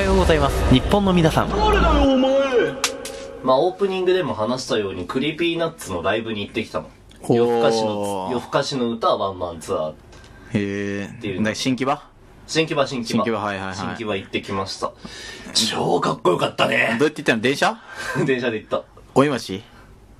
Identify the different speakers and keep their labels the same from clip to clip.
Speaker 1: ようございます日本の皆さん
Speaker 2: 誰だよお前まあオープニングでも話したようにクリーピーナッツのライブに行ってきたの
Speaker 3: ほう
Speaker 2: 夜更かしの夜更かしの歌ワンマンツアー
Speaker 3: へ
Speaker 2: てい
Speaker 3: え
Speaker 2: うの
Speaker 3: だ新規場
Speaker 2: 新木場新木
Speaker 3: 新
Speaker 2: 場
Speaker 3: 木場はいはいはい
Speaker 2: 新木場行ってきました超かっこよかった
Speaker 3: ど
Speaker 2: ね
Speaker 3: うやって行ったの電車
Speaker 2: 電車で行った
Speaker 3: おいまし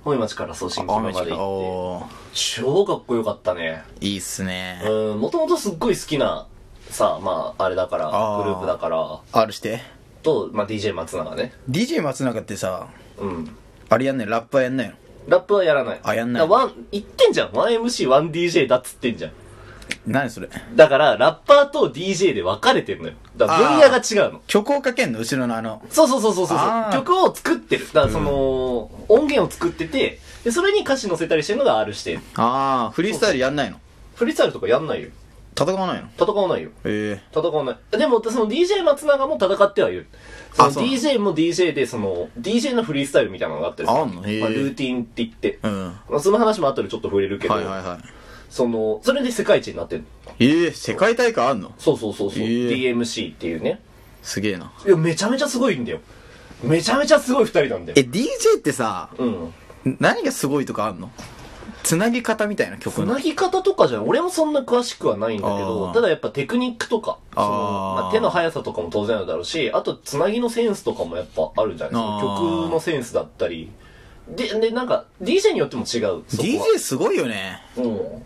Speaker 2: 本町からそう新木
Speaker 3: お
Speaker 2: 場
Speaker 3: い
Speaker 2: ま
Speaker 3: か
Speaker 2: で行って
Speaker 3: お
Speaker 2: 超かっこよかったね
Speaker 3: ーいいっすね
Speaker 2: うんもともとすっごい好きなさまああれだから
Speaker 3: あー
Speaker 2: グループだから
Speaker 3: あるして
Speaker 2: と、まあ、DJ 松永ね
Speaker 3: DJ 松永ってさ
Speaker 2: うん
Speaker 3: あれやんないラップはやんないの
Speaker 2: ラップはやらない
Speaker 3: あやんない
Speaker 2: だからワン言ってんじゃん 1MC1DJ だっつってんじゃん
Speaker 3: 何それ
Speaker 2: だからラッパーと DJ で分かれてんのよだから分野が違うの
Speaker 3: 曲をかけんの後ろのあの
Speaker 2: そうそうそうそうそう
Speaker 3: あー
Speaker 2: 曲を作ってるだからその、音源を作っててでそれに歌詞載せたりしてるのが R して
Speaker 3: ああフリースタイルやんないの
Speaker 2: フリースタイルとかやんないよ
Speaker 3: 戦わないの
Speaker 2: 戦わないよ
Speaker 3: え
Speaker 2: 戦わないでもその DJ 松永も戦ってはいるその
Speaker 3: あそうなの
Speaker 2: DJ も DJ でその DJ のフリースタイルみたいなのがあってさ
Speaker 3: あんのへえ
Speaker 2: まあ、ルーティンって言って、
Speaker 3: えうん
Speaker 2: まあ、その話も後でちょっと触れるけど、
Speaker 3: はいはいは
Speaker 2: そのそれで世界一になってるの
Speaker 3: いええ世界大会あんの
Speaker 2: そうそうそうそう、
Speaker 3: えー
Speaker 2: DMC っていうね
Speaker 3: すげえない
Speaker 2: やめちゃめちゃすごいんだよめちゃめちゃすごい二人なんだよ
Speaker 3: え DJ ってさ
Speaker 2: うん
Speaker 3: 何がすごいとかあんのつなぎ方みたいな曲
Speaker 2: つ
Speaker 3: の
Speaker 2: なぎ方とかじゃない俺もそんな詳しくはないんだけ
Speaker 3: あ
Speaker 2: ど
Speaker 3: ー
Speaker 2: ただやっぱテクニックとかその
Speaker 3: あー
Speaker 2: まあ、手の速さとかも当然あるだろうしあとつなぎのセンスとかもやっぱあるじゃないです
Speaker 3: あ
Speaker 2: か
Speaker 3: ー
Speaker 2: 曲のセンスだったりででなんか DJ によっても違うそこ
Speaker 3: DJ すごいよね
Speaker 2: はうん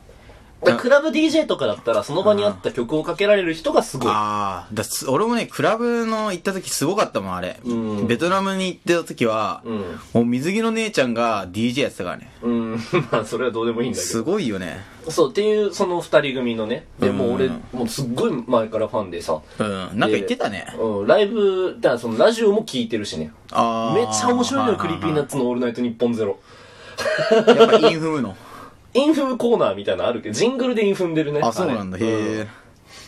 Speaker 2: だからクラブ DJ とかだったらその場にあった曲をかけられる人がすごい
Speaker 3: ああだす俺もねクラブの行った時すごかったもんあれ、
Speaker 2: うん
Speaker 3: ベトナムに行ってた時は、
Speaker 2: うん
Speaker 3: もう水着の姉ちゃんが DJ やってたからね
Speaker 2: うん まあそれはどうでもいいんだけど
Speaker 3: すごいよね
Speaker 2: そうっていうその二人組のねでもう俺
Speaker 3: うん
Speaker 2: もうすっごい前からファンでさ
Speaker 3: うんなんか言ってたね
Speaker 2: うんライブだからそのラジオも聞いてるしね
Speaker 3: ああ
Speaker 2: めっちゃ面白いのよ、クリーピーナッツのオールナイトニッポンゼロ。
Speaker 3: やっぱインフムの
Speaker 2: インフムコーナーみたいなのあるけど、ジングルでインフんでるね。
Speaker 3: あそうなんだへ
Speaker 2: れ
Speaker 3: え、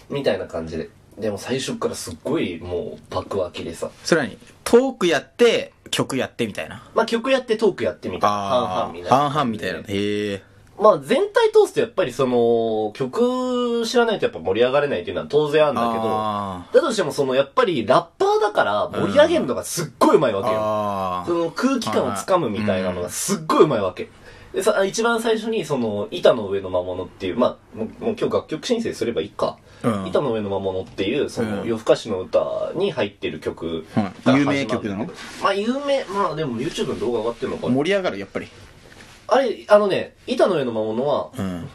Speaker 2: うんみたいな感じで。でも最初からすっごいもう爆開きでさ。
Speaker 3: それにトークやって曲やってみたいな
Speaker 2: まあ曲やってトークやってみたいな。半々みたいな。
Speaker 3: 半々みたいなへえ
Speaker 2: まあ全体通すとやっぱりその、曲知らないとやっぱ盛り上がれないっていうのは当然あるんだけど、
Speaker 3: あ
Speaker 2: だとしてもそのやっぱりラッパーだから盛り上げるのがすっごいうまいわ
Speaker 3: ー
Speaker 2: けよ。
Speaker 3: あ
Speaker 2: そ
Speaker 3: ー
Speaker 2: の空気感をつかむみたいなのがすっごいうまいわけ。でさ、一番最初にその、板の上の魔物っていう、まあ、もうもう今日楽曲申請すればいいか。
Speaker 3: うん
Speaker 2: 板の上の魔物っていう、その、
Speaker 3: うん
Speaker 2: 夜更かしの歌に入ってる曲
Speaker 3: はい
Speaker 2: から始まるんだけ
Speaker 3: 有名曲
Speaker 2: ど。
Speaker 3: なの
Speaker 2: まあ、有名、まあでも YouTube の動画上がってるのかな。
Speaker 3: 盛り上がるやっぱり
Speaker 2: あれ、あのね、板の上の魔物は、
Speaker 3: うん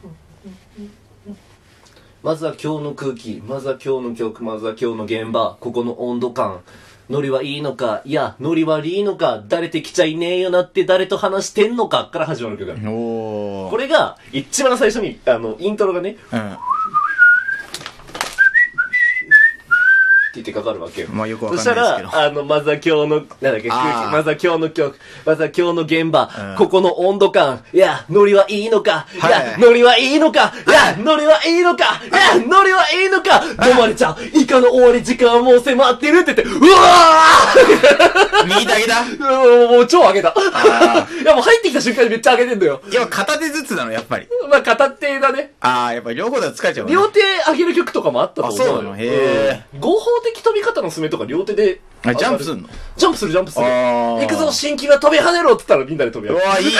Speaker 2: まずは今日の空気、まずは今日の曲、まずは今日の現場、ここの温度感。ノリはいいのか、いや、ノリ悪いのか、誰てきちゃいねえよなって誰と話してんのか、から始まる曲なの
Speaker 3: お
Speaker 2: こ
Speaker 3: れ
Speaker 2: れが、一番最初に、あの、イントロがね、って
Speaker 3: うん
Speaker 2: 言ってかかるわけよ。
Speaker 3: まあよくわ
Speaker 2: そ
Speaker 3: か
Speaker 2: し
Speaker 3: んな
Speaker 2: た
Speaker 3: いですけど
Speaker 2: ら、あの、まずは今日の、なんだっけ、
Speaker 3: あー
Speaker 2: まずは今日の曲、まずは今日の現場、
Speaker 3: うん
Speaker 2: ここの温度感、いや、ノリはいいのか、い
Speaker 3: はい
Speaker 2: や、ノリはいいのか、いや、ノリはいいのか、いや、ノリはいいのか、飲まれちゃう、イカの終わり時間はもう迫ってるって言って、うわ
Speaker 3: 右だけだ
Speaker 2: ーもう超上げた。 いや、もう入ってきた瞬間にめっちゃ上げてんだよ。
Speaker 3: やっぱ片手ずつなのやっぱり
Speaker 2: まあ、片手だね。
Speaker 3: ああやっぱり両方だと疲れちゃうわね
Speaker 2: 両手上げる曲とかもあったと思うよ
Speaker 3: あそうなのへ
Speaker 2: うん合法的飛び方のすすめとか両手で
Speaker 3: あ
Speaker 2: 上がる
Speaker 3: ジャンプすんの
Speaker 2: ジャンプするジャンプする
Speaker 3: あー
Speaker 2: 行くぞ新規は飛び跳ねろって言ったらみんなで飛び
Speaker 3: う
Speaker 2: 跳ね
Speaker 3: わいいね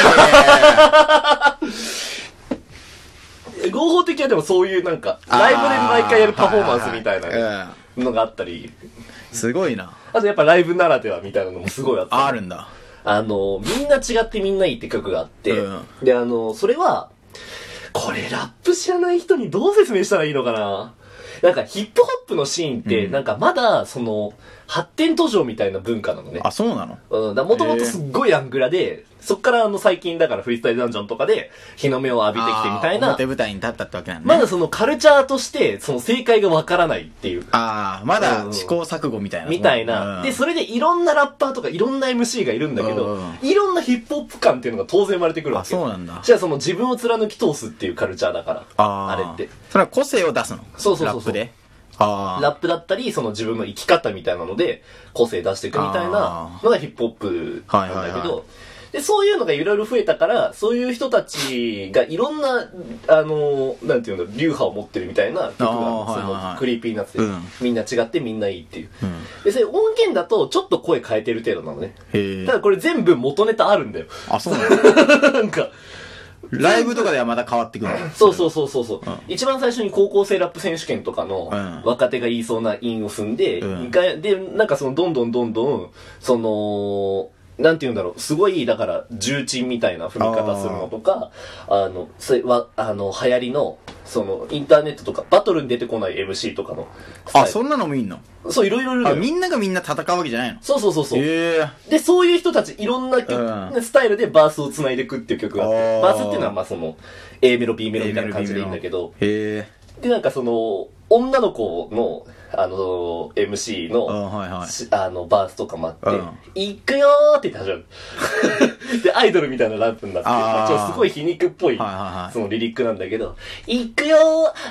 Speaker 2: る合法的はでもそういうなんかライブで毎回やるパフォーマンスみたい
Speaker 3: はいはい
Speaker 2: な
Speaker 3: はいうん
Speaker 2: のがあったり
Speaker 3: すごいな
Speaker 2: あとやっぱライブならではみたいなのもすごいあった
Speaker 3: あるんだ
Speaker 2: あの、みんな違ってみんないいって曲があって、
Speaker 3: うん
Speaker 2: で、あの、それは、これラップ知らない人にどう説明したらいいのかななんかヒップホップのシーンって、
Speaker 3: うん
Speaker 2: なんかまだ、その、発展途上みたいな文化なのね。
Speaker 3: あそうなの
Speaker 2: うん、だもともとすっごいアングラで、そっからあの最近だからフリースタイルダンジョンとかで日の目を浴びてきてみたい
Speaker 3: あー
Speaker 2: な
Speaker 3: 表、舞台に立ったってわけなんだ
Speaker 2: ま
Speaker 3: ね
Speaker 2: だそのカルチャーとしてその正解がわからないっていう、
Speaker 3: ああま
Speaker 2: う
Speaker 3: だ
Speaker 2: ん
Speaker 3: 試行錯誤みたいな
Speaker 2: みたいな。
Speaker 3: うん
Speaker 2: で、それでいろんなラッパーとかいろんな MC がいるんだけど
Speaker 3: うん、
Speaker 2: いろんなヒップホップ感っていうのが当然生まれてくるわけよ。
Speaker 3: あそうなんだ
Speaker 2: じゃあその自分を貫き通すっていうカルチャーだから、
Speaker 3: あ
Speaker 2: あれ
Speaker 3: ー
Speaker 2: って。
Speaker 3: それは個性を出すの
Speaker 2: そうそうそうそ
Speaker 3: ラップ
Speaker 2: う
Speaker 3: であ
Speaker 2: ラップだったり、その自分の生き方みたいなので、個性出していくみたいなのがヒップホップなんだけど、
Speaker 3: はいはいは
Speaker 2: で、そういうのがいろいろ増えたから、そういう人たちがいろんな、あの、なんていうんだろう、流派を持ってるみたいな曲
Speaker 3: あー
Speaker 2: がそ
Speaker 3: は
Speaker 2: の、
Speaker 3: いはいはい
Speaker 2: クリーピーナッツで、
Speaker 3: うん
Speaker 2: みんな違ってみんないいっていう。
Speaker 3: うん。
Speaker 2: で、それ音源だとちょっと声変えてる程度なのね。
Speaker 3: へえ
Speaker 2: た。だこれ全部元ネタあるんだよ。
Speaker 3: あ、そうなの
Speaker 2: なんか、
Speaker 3: ライブとかではまた変わってくるの
Speaker 2: そうそうそうそうそう、一番最初に高校生ラップ選手権とかの
Speaker 3: うん
Speaker 2: 若手が言いそうな韻を踏んで、
Speaker 3: うん
Speaker 2: 一回でなんかそのどんどんどんどんそのなんて言うんだろうすごいだから重鎮みたいな踏み方するのとかあのそれはあの流行りのそのインターネットとかバトルに出てこない MC とかの
Speaker 3: あ、
Speaker 2: そ
Speaker 3: そんなの見んの
Speaker 2: そういろいろいるの
Speaker 3: あ、
Speaker 2: よ
Speaker 3: みんながみんな戦うわけじゃないの
Speaker 2: そうそうそうそう、
Speaker 3: へえ。
Speaker 2: で、そういう人たち、いろんな曲、
Speaker 3: う
Speaker 2: スタイルでバースを繋いでいくっていう曲があっ
Speaker 3: あ
Speaker 2: て、
Speaker 3: ー
Speaker 2: バースっていうのは、まあその、A メロ、B メロみたいな感じでいいんだけど、
Speaker 3: へえ。
Speaker 2: で、なんかその、女の子の、あの、MC
Speaker 3: あ、
Speaker 2: の、
Speaker 3: はいはい。
Speaker 2: しあの、バースとかもあって
Speaker 3: うん、
Speaker 2: 行くよーって言 って始まる。で、アイドルみたいなラップになって、
Speaker 3: あー
Speaker 2: まあちょっとすごい皮肉っぽい
Speaker 3: はいはいは、い
Speaker 2: そのリリックなんだけど、行くよ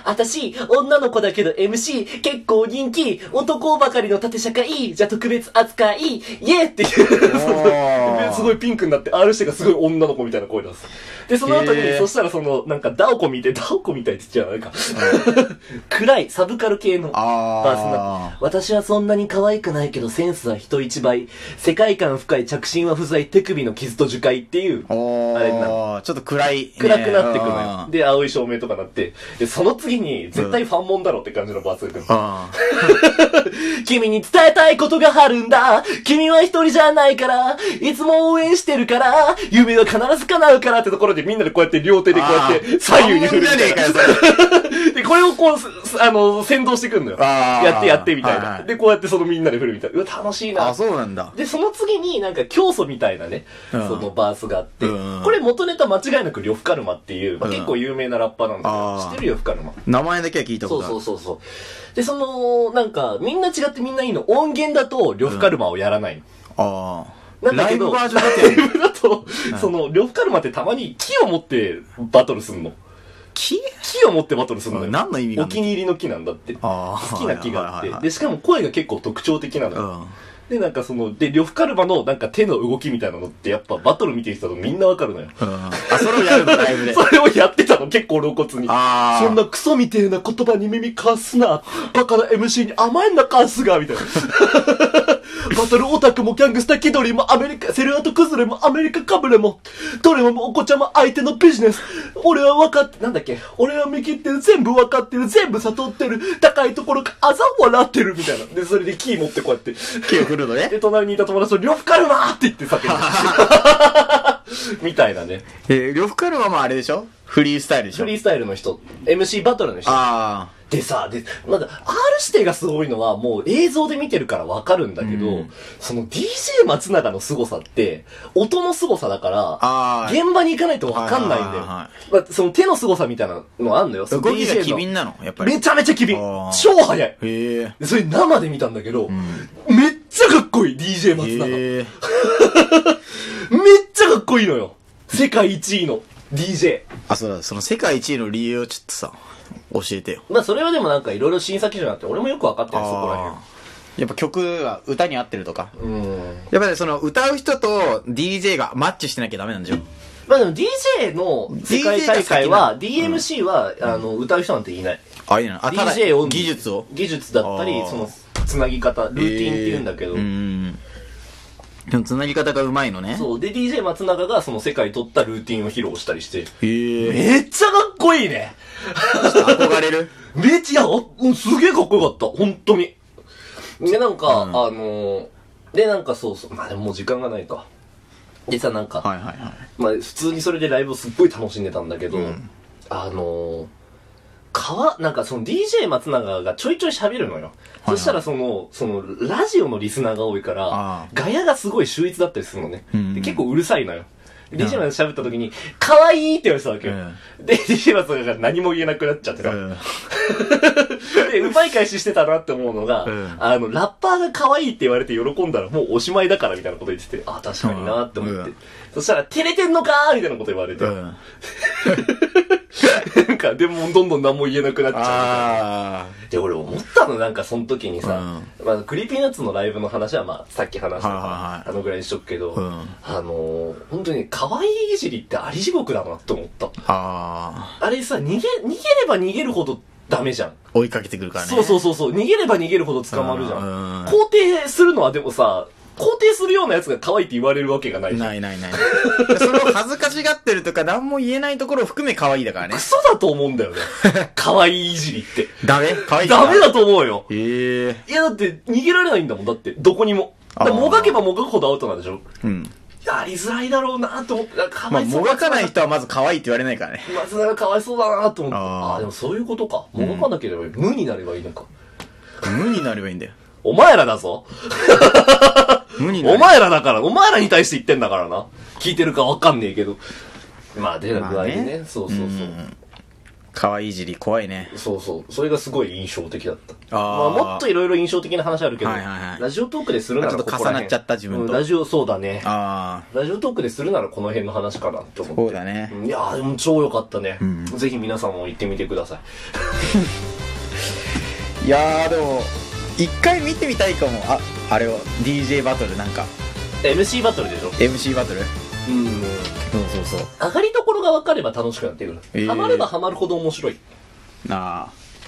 Speaker 2: ー私、女の子だけど MC、結構人気男ばかりの縦社会じゃ特別扱いイエーっていう、
Speaker 3: おー
Speaker 2: すごいピンクになって、R してがすごい女の子みたいな声出す。で、その後に
Speaker 3: へ、ー
Speaker 2: そしたらその、なんか、ダオコ見て、ダオコみたいって言っちゃう、なんか、 暗い、サブカル系の。バースにな
Speaker 3: あ
Speaker 2: って私はそんなに可愛くないけどセンスは人一倍世界観深い着信は不在手首の傷と樹海っていう
Speaker 3: ー。お
Speaker 2: あれになる
Speaker 3: ー。ちょっと暗いね。
Speaker 2: 暗くなってくのよ
Speaker 3: あ。ー
Speaker 2: で、青い照明とかなって。で、その次に、絶対ファンモンだろって感じのバースが来る
Speaker 3: あー。
Speaker 2: 君に伝えたいことがあるんだ君は一人じゃないからいつも応援してるから夢は必ず叶うからってところでみんなでこうやって両手でこうやって左右に振るみたいな
Speaker 3: あーファンモンじゃね
Speaker 2: で、これをこうす、すあの、先導してくんのよ。
Speaker 3: あー
Speaker 2: やってやってみたいな。
Speaker 3: はいはい
Speaker 2: で、こうやってそのみんなで振るみたいな。うわ、楽しいな
Speaker 3: あ、。そうなんだ。
Speaker 2: で、その次になんか教祖みたいなね、
Speaker 3: うん
Speaker 2: そのバースがあって、
Speaker 3: うん
Speaker 2: これ元ネタ間違いなくリョフカルマっていう、まあ、
Speaker 3: うん
Speaker 2: 結構有名なラッパーなんだけ
Speaker 3: あ
Speaker 2: ど、
Speaker 3: ー
Speaker 2: 知ってるよ、フカルマ。
Speaker 3: 名前だけは聞いたこ
Speaker 2: そ
Speaker 3: と
Speaker 2: う
Speaker 3: ある。
Speaker 2: そうそうそう。で、その、なんか、みんな違ってみんないいの。音源だと、リョフカルマをやらないの。
Speaker 3: ああ。
Speaker 2: なんだ
Speaker 3: ラ
Speaker 2: け
Speaker 3: イブ
Speaker 2: ど、
Speaker 3: バージョンだってやる。
Speaker 2: ライブだと、その、リョフカルマってたまに木を持ってバトルすんの。
Speaker 3: 木
Speaker 2: 木を持ってバトルすんのよ。
Speaker 3: あ何の意味があ
Speaker 2: お
Speaker 3: んの
Speaker 2: 気に入りの木なんだって。
Speaker 3: あー
Speaker 2: 好きな木があっ
Speaker 3: はいはい
Speaker 2: て
Speaker 3: は。い
Speaker 2: で、しかも声が結構特徴的なの
Speaker 3: う
Speaker 2: よ。
Speaker 3: ん。
Speaker 2: で、なんかその、で、リョフカルマのなんか手の動きみたいなのって、やっぱバトル見てる人だとみんなわかるのよ。
Speaker 3: うん。あ、それをやるの、ライブで。
Speaker 2: それをやってたの、結構露骨に。
Speaker 3: あー
Speaker 2: そんなクソみてえな言葉に耳かすな。バカな MC に甘えんなかすが、みたいな。 バトルオタクもギャングスター気取りもアメリカ、セルアート崩れもアメリカかぶれも、どれもお子ちゃま相手のビジネス。俺は分かって、なんだっけ、俺は見切ってる、全部分かってる、全部悟ってる、高いところがあざ笑ってる、みたいな。で、それでキー持ってこうやって。
Speaker 3: 木を振るのね。
Speaker 2: で、隣にいた友達と、呂布カルマーって言って叫ん で。みたいなね。
Speaker 3: えー、呂布カルはまああれでしょフリースタイルでし
Speaker 2: フ
Speaker 3: ょ
Speaker 2: リースタイルの人、MC バトルの人。
Speaker 3: ああ。
Speaker 2: でさ、で、まだ、R 指定がすごいのは、もう映像で見てるからわかるんだけど、
Speaker 3: うん
Speaker 2: その DJ 松永の凄さって、音の凄さだから
Speaker 3: あ、ー
Speaker 2: 現場に行かないとわかんないんだよ。
Speaker 3: はいはいは
Speaker 2: まあ、その手の凄さみたいなのあんのよ。そ
Speaker 3: 動
Speaker 2: の
Speaker 3: きが
Speaker 2: DJ の
Speaker 3: 機敏なのやっぱり。
Speaker 2: めちゃめちゃ機敏
Speaker 3: あー。
Speaker 2: 超速い。
Speaker 3: へえ。
Speaker 2: それ生で見たんだけど、
Speaker 3: ん
Speaker 2: めっちゃかっこいい、DJ 松永。
Speaker 3: へえ。
Speaker 2: めっちゃかっこいいのよ。世界一位の DJ。
Speaker 3: あ、そうだ、その世界一位の理由をちょっとさ、教えてよ。
Speaker 2: まあそれはでもなんかいろいろ審査基準あって、俺もよく分かってる、そこ
Speaker 3: あ
Speaker 2: ら
Speaker 3: ーやっぱ曲が歌に合ってるとか。
Speaker 2: へん。うん。
Speaker 3: やっぱりその歌う人と DJ がマッチしてなきゃダメなんでしょ
Speaker 2: まあでも DJ の世界大会は、DMC は、あの、歌う人なんていない。
Speaker 3: あ、いいな。あ、ただ
Speaker 2: DJ を、
Speaker 3: 技術を。
Speaker 2: 技術だったり
Speaker 3: あ、ー
Speaker 2: その、つなぎ方、ルーティンって言うんだけど
Speaker 3: へえう。ん。でも繋ぎ方がうまいのね。
Speaker 2: そう。で、DJ 松永がその世界取ったルーティンを披露したりし
Speaker 3: へ
Speaker 2: て、
Speaker 3: え。
Speaker 2: めっちゃかっこいいね
Speaker 3: 憧れる
Speaker 2: めっちゃ、いやおうんすげえかっこよかった、本当に。で、なんか、あのーで、なんかそうそう、まあでももう時間がないか。でさ、なんか、
Speaker 3: はいはいはい。
Speaker 2: まあ、普通にそれでライブをすっごい楽しんでたんだけど、あのー、川、なんかその DJ 松永がちょいちょい喋るのよ。そしたらその、その、ラジオのリスナーが多いか
Speaker 3: あ
Speaker 2: ら
Speaker 3: あ、
Speaker 2: ガヤがすごい秀逸だったりするのね。
Speaker 3: うんうん
Speaker 2: で結構うるさいのよ。DJ 松永が喋った時に、可愛いって言われてたわけよ。で、DJ 松永が何も言えなくなっちゃってさ。
Speaker 3: うん。
Speaker 2: で、うまい返ししてたなって思うのが、
Speaker 3: うん
Speaker 2: あの、ラッパーが可愛いって言われて喜んだらもうおしまいだからみたいなこと言ってて、あ、確かになって思って。
Speaker 3: うん
Speaker 2: そしたら、照れてんのかーみたいなこと言われて。
Speaker 3: うん。
Speaker 2: なんか、でもどんどん何も言えなくなっちゃうみたいな。
Speaker 3: あ
Speaker 2: で、俺思ったの、なんかその時にさ、まあ、クリーピーナッツのライブの話はまあ、さっき話したから、
Speaker 3: はいはいはい
Speaker 2: あのぐらいにしとくけど、
Speaker 3: うん
Speaker 2: あのー本当に可愛いいじりってあり地獄だなって思った。
Speaker 3: あ。ああ。
Speaker 2: あれさ、逃げ、逃げれば逃げるほどダメじゃん。
Speaker 3: 追いかけてくるからね。
Speaker 2: そうそうそうそう、逃げれば逃げるほど捕まるじゃん。
Speaker 3: うん
Speaker 2: 肯定するのはでもさ、肯定するようなやつが可愛いって言われるわけがないじゃん。
Speaker 3: ないないない。それを恥ずかしがってるとか、何も言えないところを含め可愛いだからね
Speaker 2: ク。ソだと思うんだよ ね。可愛いいじりって。
Speaker 3: ダメ可愛い
Speaker 2: ダメだと思うよ。
Speaker 3: ええ
Speaker 2: いやだって逃げられないんだもん、だって。どこにも。だから
Speaker 3: あー
Speaker 2: もがけばもがくほどアウトなんでしょ
Speaker 3: うん。
Speaker 2: やりづらいだろうなと思って、なんかか
Speaker 3: ま
Speaker 2: わ
Speaker 3: あ、
Speaker 2: いそう
Speaker 3: もがかない人はまず可愛いって言われないからね。
Speaker 2: 松永かわいそうだなと思って。
Speaker 3: あー
Speaker 2: ああー、でもそういうことか。もがかなければいい。無になればいいのか。
Speaker 3: 無になればいいんだよ。
Speaker 2: お前らだぞ。
Speaker 3: 無になれ
Speaker 2: お前らだから、お前らに対して言ってんだからな。聞いてるかわかんねえけど。まあ、出なくない
Speaker 3: まあ
Speaker 2: ね
Speaker 3: ね。
Speaker 2: そうそうそう。
Speaker 3: ん可愛いじり怖いね。
Speaker 2: そうそう。それがすごい印象的だった。
Speaker 3: あー
Speaker 2: まあ、もっといろいろ印象的な話あるけど、
Speaker 3: はいはいはい
Speaker 2: ラジオトークでするなら
Speaker 3: ちょっと
Speaker 2: ここら辺
Speaker 3: 重なっちゃった自分と
Speaker 2: うんラジオ、そうだね。
Speaker 3: あ
Speaker 2: ラジオトークでするならこの辺の話かなって思って。
Speaker 3: そうだね
Speaker 2: んいやーでも超良かったね。ぜひ皆さんも行ってみてください。
Speaker 3: あ。いやー、でも、一回見てみたいかも。あ、あれを。DJ バトルなんか。
Speaker 2: MC バトルでしょ
Speaker 3: MC バトル
Speaker 2: うん。
Speaker 3: そうそうそう。
Speaker 2: 上がりどころが分かれば楽しくなってくる。
Speaker 3: えー
Speaker 2: ハマればハマるほど面白い。
Speaker 3: なあ。